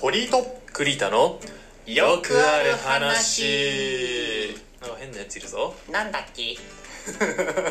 堀井と栗田のよくある話なんか変なやついるぞなんだっけ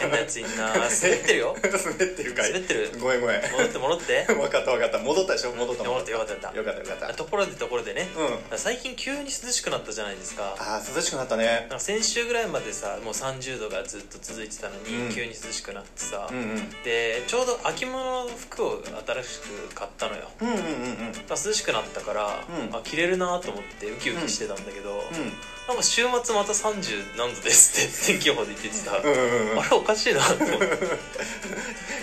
変なやついんな滑 ってるよ 滑ってるかい滑ってるごめんごめん戻って 戻って分かった分かった戻ったでしょ戻った戻ってよよかったよかよかったよっかったたところでところでね、う最近急に涼しくなったじゃないですかあー涼しくなったねなんか先週ぐらいまでさもう30度がずっと続いてたのに、うん急に涼しくなってさ、うんうんでちょうど秋物の服を新しく買ったのようんうんうんうんだから涼しくなったから、うんあ着れるなと思ってウキウキしてたんだけど、うなんか週末また30何度ですって天気予報で言っててさ、んうんうんうんあれおかしいなと思って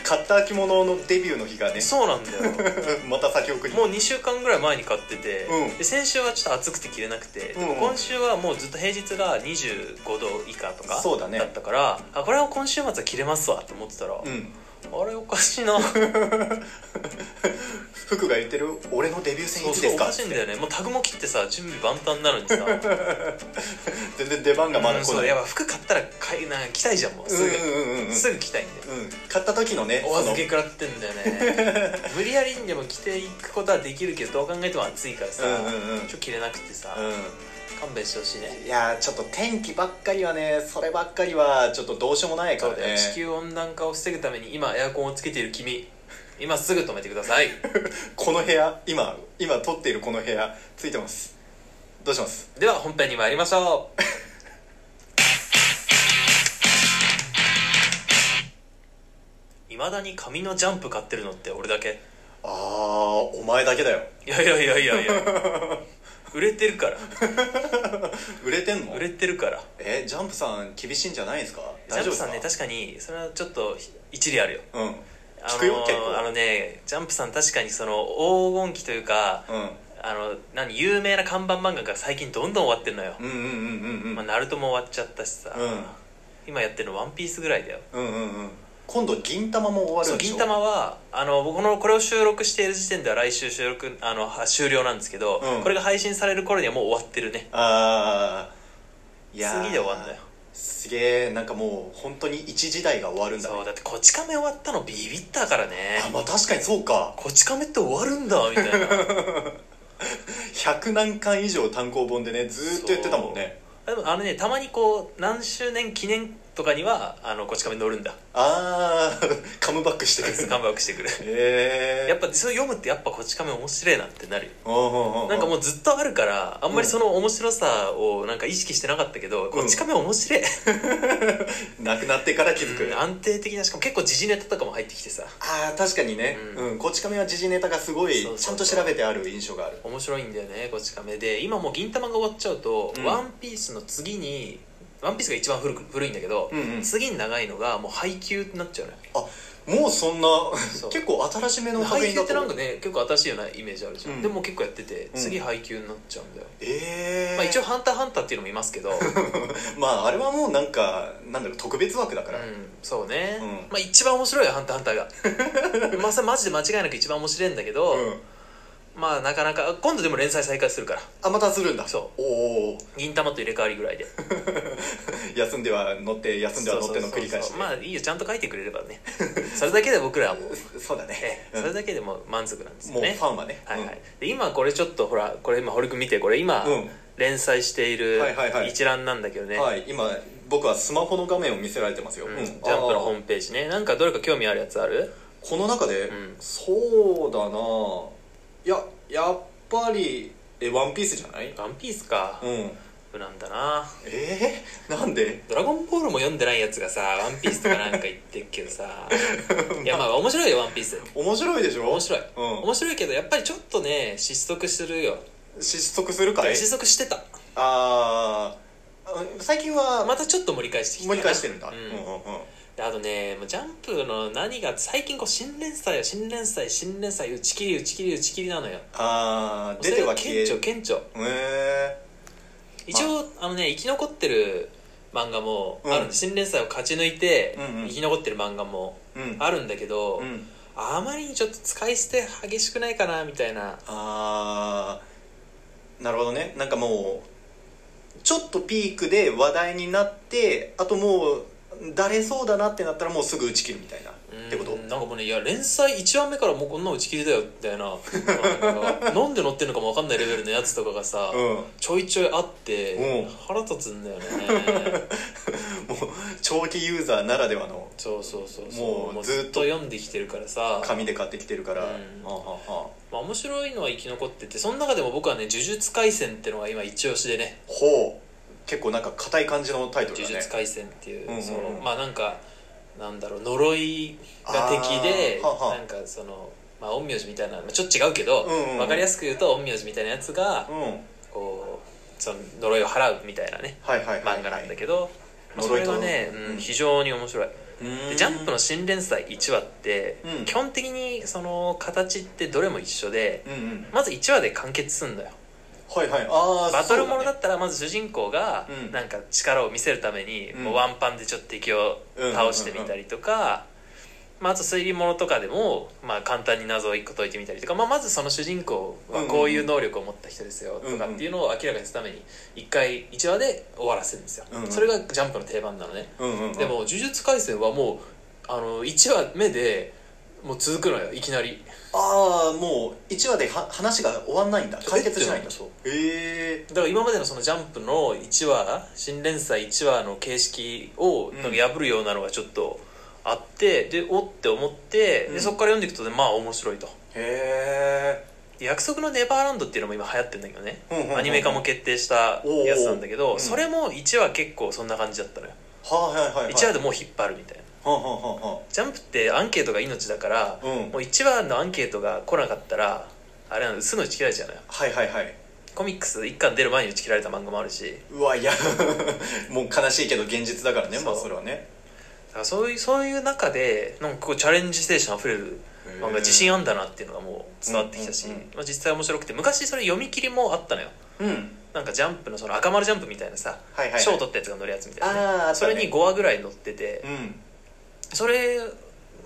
買った着物のデビューの日 がねそうなんだよまた先送りもう2週間ぐらい前に買ってて、うんで先週はちょっと暑くて着れなくて、でもうん今週はもうずっと平日が25度以下とかそうだねったからあこれを今週末は着れますわと思ってたら、うんあれおかし いな服が言ってる俺のデビュー戦そいうつそでうすおかかしいんだよねもうタグも切ってさ準備万端なのにさ全然出番 がまだうん来そなういやばい服買ったら買いなんか着たいじゃんもうすぐ、うんうんうんうんすぐ着たいんだようん買った時のねお預け食らってんだよ ね無理やりにでも着ていくことはできるけどどう考えても暑いからそさ、のうんうんうんちょっと着れなくてさ、う勘弁してほしいねんいやーちょっと天気ばっかりはねそればっかりはちょっとどうしようもないかそうらだよね地球温暖化を防ぐために今エアコンをつけている君今すぐ止めてくだ さいこの部屋今今撮っているこの部屋ついてますどうしますでは本編に参りましょういまだに紙のジャンプ買ってるのって俺だけあーお前だけ だよいやいやいや いやいや売れてるから売れてんの売れてるからえジャンプさん厳しいんじゃないですかジャ大ン丈夫プですさかんね確かにそれはちょっと一理あるようんあの聞くよ結構あのねジャンプさん確かにその黄金期というか、あの何有名な看板漫画が最近どんどん終わってんのよ、うんうんうんうんうんうんまあ、ナルトも終わっちゃったしさ、う今やってるの「ワンピースぐらいだよんうんうんうん今度銀玉も終わるそんうでしょ銀玉はあの僕のこれを収録している時点では来週収録あのは終了なんですけど、うんこれが配信される頃にはもう終わってるねああいやー次で終わるんだよすげえなんかもう本当に一時代が終わるんだそうねだって「こち亀」終わったのビビったからねあまあ確かにそうかこち亀って終わるんだみ たいな100何巻以上単行本でねずーっと言ってたもんねでもあのねたまにこう何周年記念とかにはあのこち亀乗るんだああ カムバックしてくる カムバックしてくるええやっぱそれ読むってやっぱこち亀面白いなってなるよなんかももうずっとあるからあんまりその面白さをなんか意識してなかったけど、こっち亀面白い、うなくなってから気づく、うんあ 安定的なしかも結構時事ネタとかも入ってきてさあー確かにね、ううんこち亀は時事ネタがすごいそうそうちそゃうんと調べてある印象がある面白いんだよねこっち亀で今もう銀魂が終わっちゃうと、うんワンピースの次にワンピースが一番古く古いんだけど、うんうん次に長いのがもう配給になっちゃうねもうそんなそう結構新しめの作品配給だってとなんかね結構新しいようなイメージあるじゃん、うんでも結構やっててうん次配給になっちゃうんだよ、ええまあ、一応「ハンターハンター」っていうのもいま すけど、うん、まああれはもうなんかなんだろう特別枠だから、そうね、うんまあ一番面白いよ「ハンターハンター が」まあさマジで間違いなく一番面白いんだけど、うんまあなかなか今度でも連載再開するからあまたするんだそおお銀魂と入れ替わりぐらいで休んでは乗って休んでは乗っての繰り返そうそうしそねうまあいいよちゃんと書いてくれればね それだけで僕らはもう、 そうだねええうんそれだけでもう満足なんですもようねファンはねはいはい、で今これちょっとほらこれ今堀君見てこれ今、うん連載しているはいはいはい一覧なんだけどうね、んはい今僕はスマホの画面を見せられてますよ、うんうんジャンプのホーあームページねなんかどれか興味あるやつあるこの中で、うんそうだなあいややっぱりえワンピースじゃないワンピースかう、ん無難だなえー、なんでドラゴンボールも読んでないやつがさワンピースとかなんか言ってるけ どさいやまあ面白いよワンピース面白いでしょ面白い、うん面白いけどやっぱりちょっとね失速するよ失速するかい失速してたあーあ最近はまたちょっと盛り返してきた盛り返してるんだ、うんうんうんうんであとねもうジャンプの何が最近こう新連載新連載新連載打ち切り打ち切り打ち切りなのよあー出ては消えそれが顕著顕著へ一応あのね生き残ってる漫画もあるんで、うん新連載を勝ち抜いて、うんうん生き残ってる漫画もえうんあるんだけど、うんあまりにちょっと使い捨て激しくないかなみたいなあーなるほどねなんかもうちょっとピークで話題になってあともうだれそうだなってなったらもうすぐ打ち切るみたいなってことううんうんなんかもうねいや連載1話目からもうこんな打ち切りだよみたい ななんかなんで載ってんのかも分かんないレベルのやつとかがさ、うんもうちょいちょいあってうん腹立つん だよね長期ユーザーならではのそうそうそうもうずっと読んできてるからさ、紙で買ってきてるから、うんはあはあはあまあ、面白いのは生き残っててその中でも僕はね「呪術廻戦」ってのが今一押しでねほう結構なんか硬い感じのタイ「トル呪だね術廻戦」っていうんう,、うんうんそのまあなんかなんだろう呪いが敵であーははなんかそのまあ陰陽師みたいな、まあ、ちょっと違うけど、うんうんうん分かりやすく言うと陰陽師みたいなやつがうんこうその呪いを払うみたいなねはいはいはい、はい、漫画なんだけど、まあそ呪いれとがね、ううんん、非常に面白いうんでジャンプの新連載1話って、うん基本的にその形ってどれも一緒でうんうんまず1話で完結すんだよはいはいああバトルものだったらまず主人公がうんなんか力を見せるためにうんもうワンパンでちょっと敵を倒してみたりとか、まあ、あと推理ものとかでもまあ簡単に謎を一個解いてみたりとか、まあ、まずその主人公はこういう能力を持った人ですよとかっていうのを明らかにするために一回1話で終わらせるんですよ、うんうんそれがジャンプの定番なのねうんうん、うん、でも「呪術廻戦」はもうあの1話目でもう続くのよいきなりああもう1話では話が終わんないんだ解決しないんだそうへえだから今までのそのジャンプの1話新連載1話の形式をうんなんか破るようなのがちょっとあって、でおって思って、うんでそこから読んでいくとねまあ面白いとへで約束のネバーランドっていうのも今流行ってんだけどね、うんうんうんアニメ化も決定したやつなんだけおうおうど、うんそれも1話結構そんな感じだったのよ、えはあ、はいはいはい1話でもう引っ張るみたいなはあはあはあはジャンプってアンケートが命だから、うんもう1話のアンケートが来なかったらあれなのすぐ打ち切られちゃうのよあはいはいはいコミックス1巻出る前に打ち切られた漫画もあるしうわいや もう悲しいけど現実だからねまあそうそれはねだからそういうそういう中でなんかこうチャレンジ精神あふれる漫画自信あんだなっていうのがもう伝わってきたし、うんうんうんまあ、実際面白くて昔それ読み切りもあったのようんなんかジャンプのその赤丸ジャンプみたいなさ、はいはいはい賞取ったやつが乗るやつみたいあーあったな、ねそれに5話ぐらい載ってて、うんそれ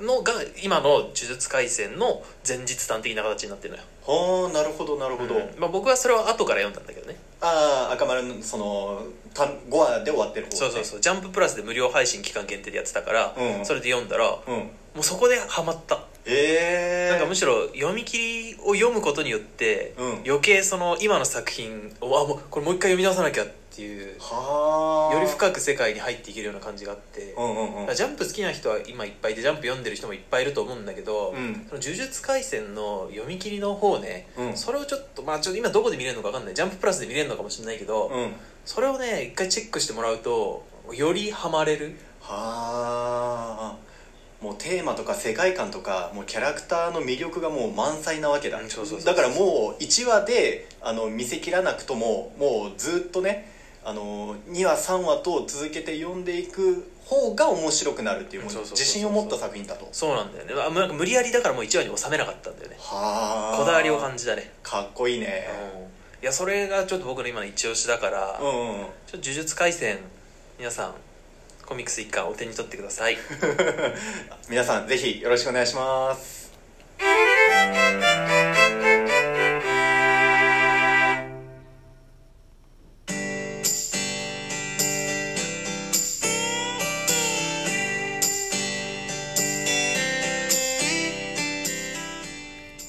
のが今の「呪術廻戦」の前日談的な形になってるのよはあなるほどなるほど、うんまあ、僕はそれは後から読んだんだけどねああ赤丸のそのた5話で終わってる方、ね、そうそうそう「ジャンププラス」で無料配信期間限定でやってたから、うんそれで読んだらもううんうそこでハマったええー、なんかむしろ読み切りを読むことによって、うん余計その今の作品をあもうこれもう一回読み直さなきゃっていうよはあり深く世界に入っていけるような感じがあって、うんうんうんだからジャンプ好きな人は今いっぱいでジャンプ読んでる人もいっぱいいると思うんだけど、うんその呪術廻戦の読み切りの方ね、うんそれをちょっとまあちょっと今どこで見れるのか分かんないジャンププラスで見れるのかもしれないけど、うんそれをね一回チェックしてもらうとよりハマれるはあもうテーマとか世界観とかもうキャラクターの魅力がもう満載なわけだうんそうそうそうだからもう1話であの見せきらなくとももうずっとねあの2話3話と続けて読んでいく方が面白くなるっていうもうそうそうそうそう自信を持った作品だとそうなんだよねあもうなんか無理やりだからもう1話に収めなかったんだよねはあこだわりを感じたねかっこいいねいやそれがちょっと僕の今の一押しだから、うちょっんうんと呪術廻戦皆さんコミックス一巻お手に取ってく ださい皆さんぜひよろしくお願いします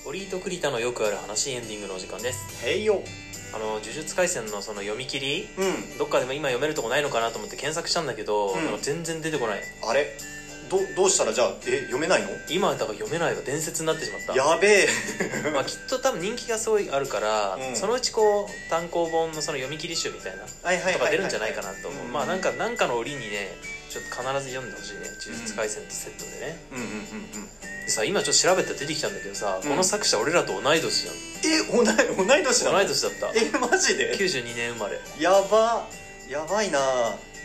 オリートクリタのよくある話エンディングのお時間ですへいよあの呪術廻戦のその読み切りうんどっかでも今読めるとこないのかなと思って検索したんだけど、うんあの全然出てこないあれどどうしたらじゃあえ読めないの今だから読めないが伝説になってしまったや べえまあ、きっと多分人気がすごいあるから、うんそのうちこう単行本のその読み切り集みたいなはいはいはいはいとか出るんじゃないかなと思う、うんまあなんかなんかの折にねちょっと必ず読んでほしいね「呪術廻戦」とセットでね、うんうんうんうんでさ今ちょっと調べたら出てきたんだけどさ、うんこの作者俺らと同い年じゃえ同い同い年なんの同い年だったえマジで92年生まれやばやばいな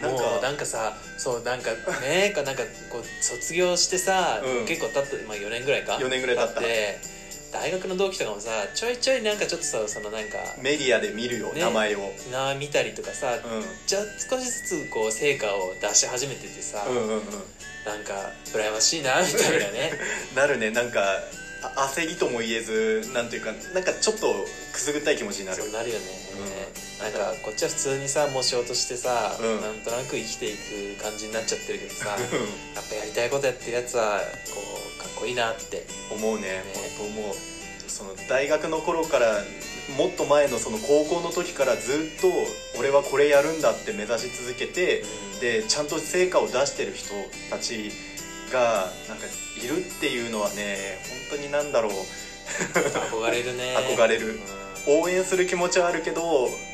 なもんうなかんかさそうなんかねかなんかこう卒業してさ、うん結構経って、まあ、4年ぐらいか4年ぐらい経ったで大学の同期とかもさちょいちょいなんかちょっとさそのなんかメディアで見るよ、ね名前をうんな見たりとかさ、じゃあ少しずつこう成果を出し始めててさ、うんうんうんなんか羨ましいなみたいなねなるねなんかあ焦りとも言えずなんていうかなんかちょっとくすぐったい気持ちになるそうなるよね、うんなんかこっちは普通にさもう仕事してさ、うんなんとなく生きていく感じになっちゃってるけどさやうっぱやりたいことやってるやつはこうかっこいいなって思うね本当思うその大学の頃からもっと前のその高校の時からずっと俺はこれやるんだって目指し続けて、でちゃんと成果を出してる人たちがなんかいるっていうのはね本当になんだろう憧れるね憧れる、応援する気持ちはあるけど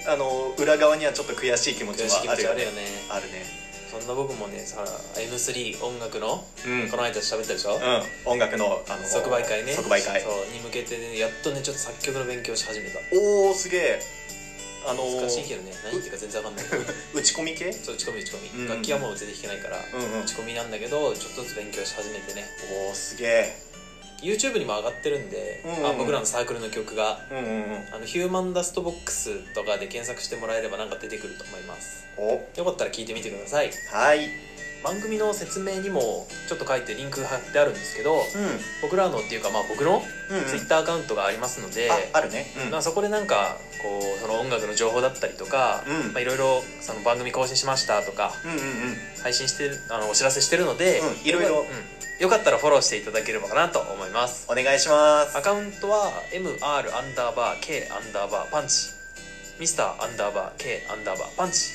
あの裏側にはちょっと悔しい気持ちはあるよねあるねそんな僕もねさ M3 音楽の、うん、この間喋ったでしょ、うん、音楽のあの即売会ね即売会に向けて、ね、やっとねちょっと作曲の勉強し始めたおおすげえあのー、難しいけどね何言ってるか全然わかんない打ち込み系そう打ち込み打ち込み、うん、楽器はもう全然弾けないから、うんうん、打ち込みなんだけどちょっとずつ勉強し始めてねおおすげえ YouTube にも上がってるんで、うんうんうん、あ僕らのサークルの曲が、うんうんうん、あのヒューマンダストボックスとかで検索してもらえればなんか出てくると思いますよかったら聞いてみてくださいはい番組の説明にもちょっと書いてリンク貼ってあるんですけど、うん、僕らのっていうか、まあ、僕の Twitter アカウントがありますので、うんうん、あ,あるね、うん、まあ、そこでなんかこうその音楽の情報だったりとか、うん、まあ、いろいろその番組更新しましたとか、うんうんうん、配信してあのお知らせしてるので、いろいろ、よかったらフォローしていただければなと思いますお願いしますアカウントは MR アンダーバー K アンダーバーパンチミスターアンダーバー K アンダーバーパンチ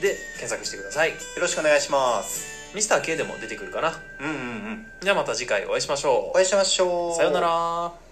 で検索してくださいよろしくお願いしますミスター K でも出てくるかなうんうんうんじゃあまた次回お会いしましょうお会いしましょうさようなら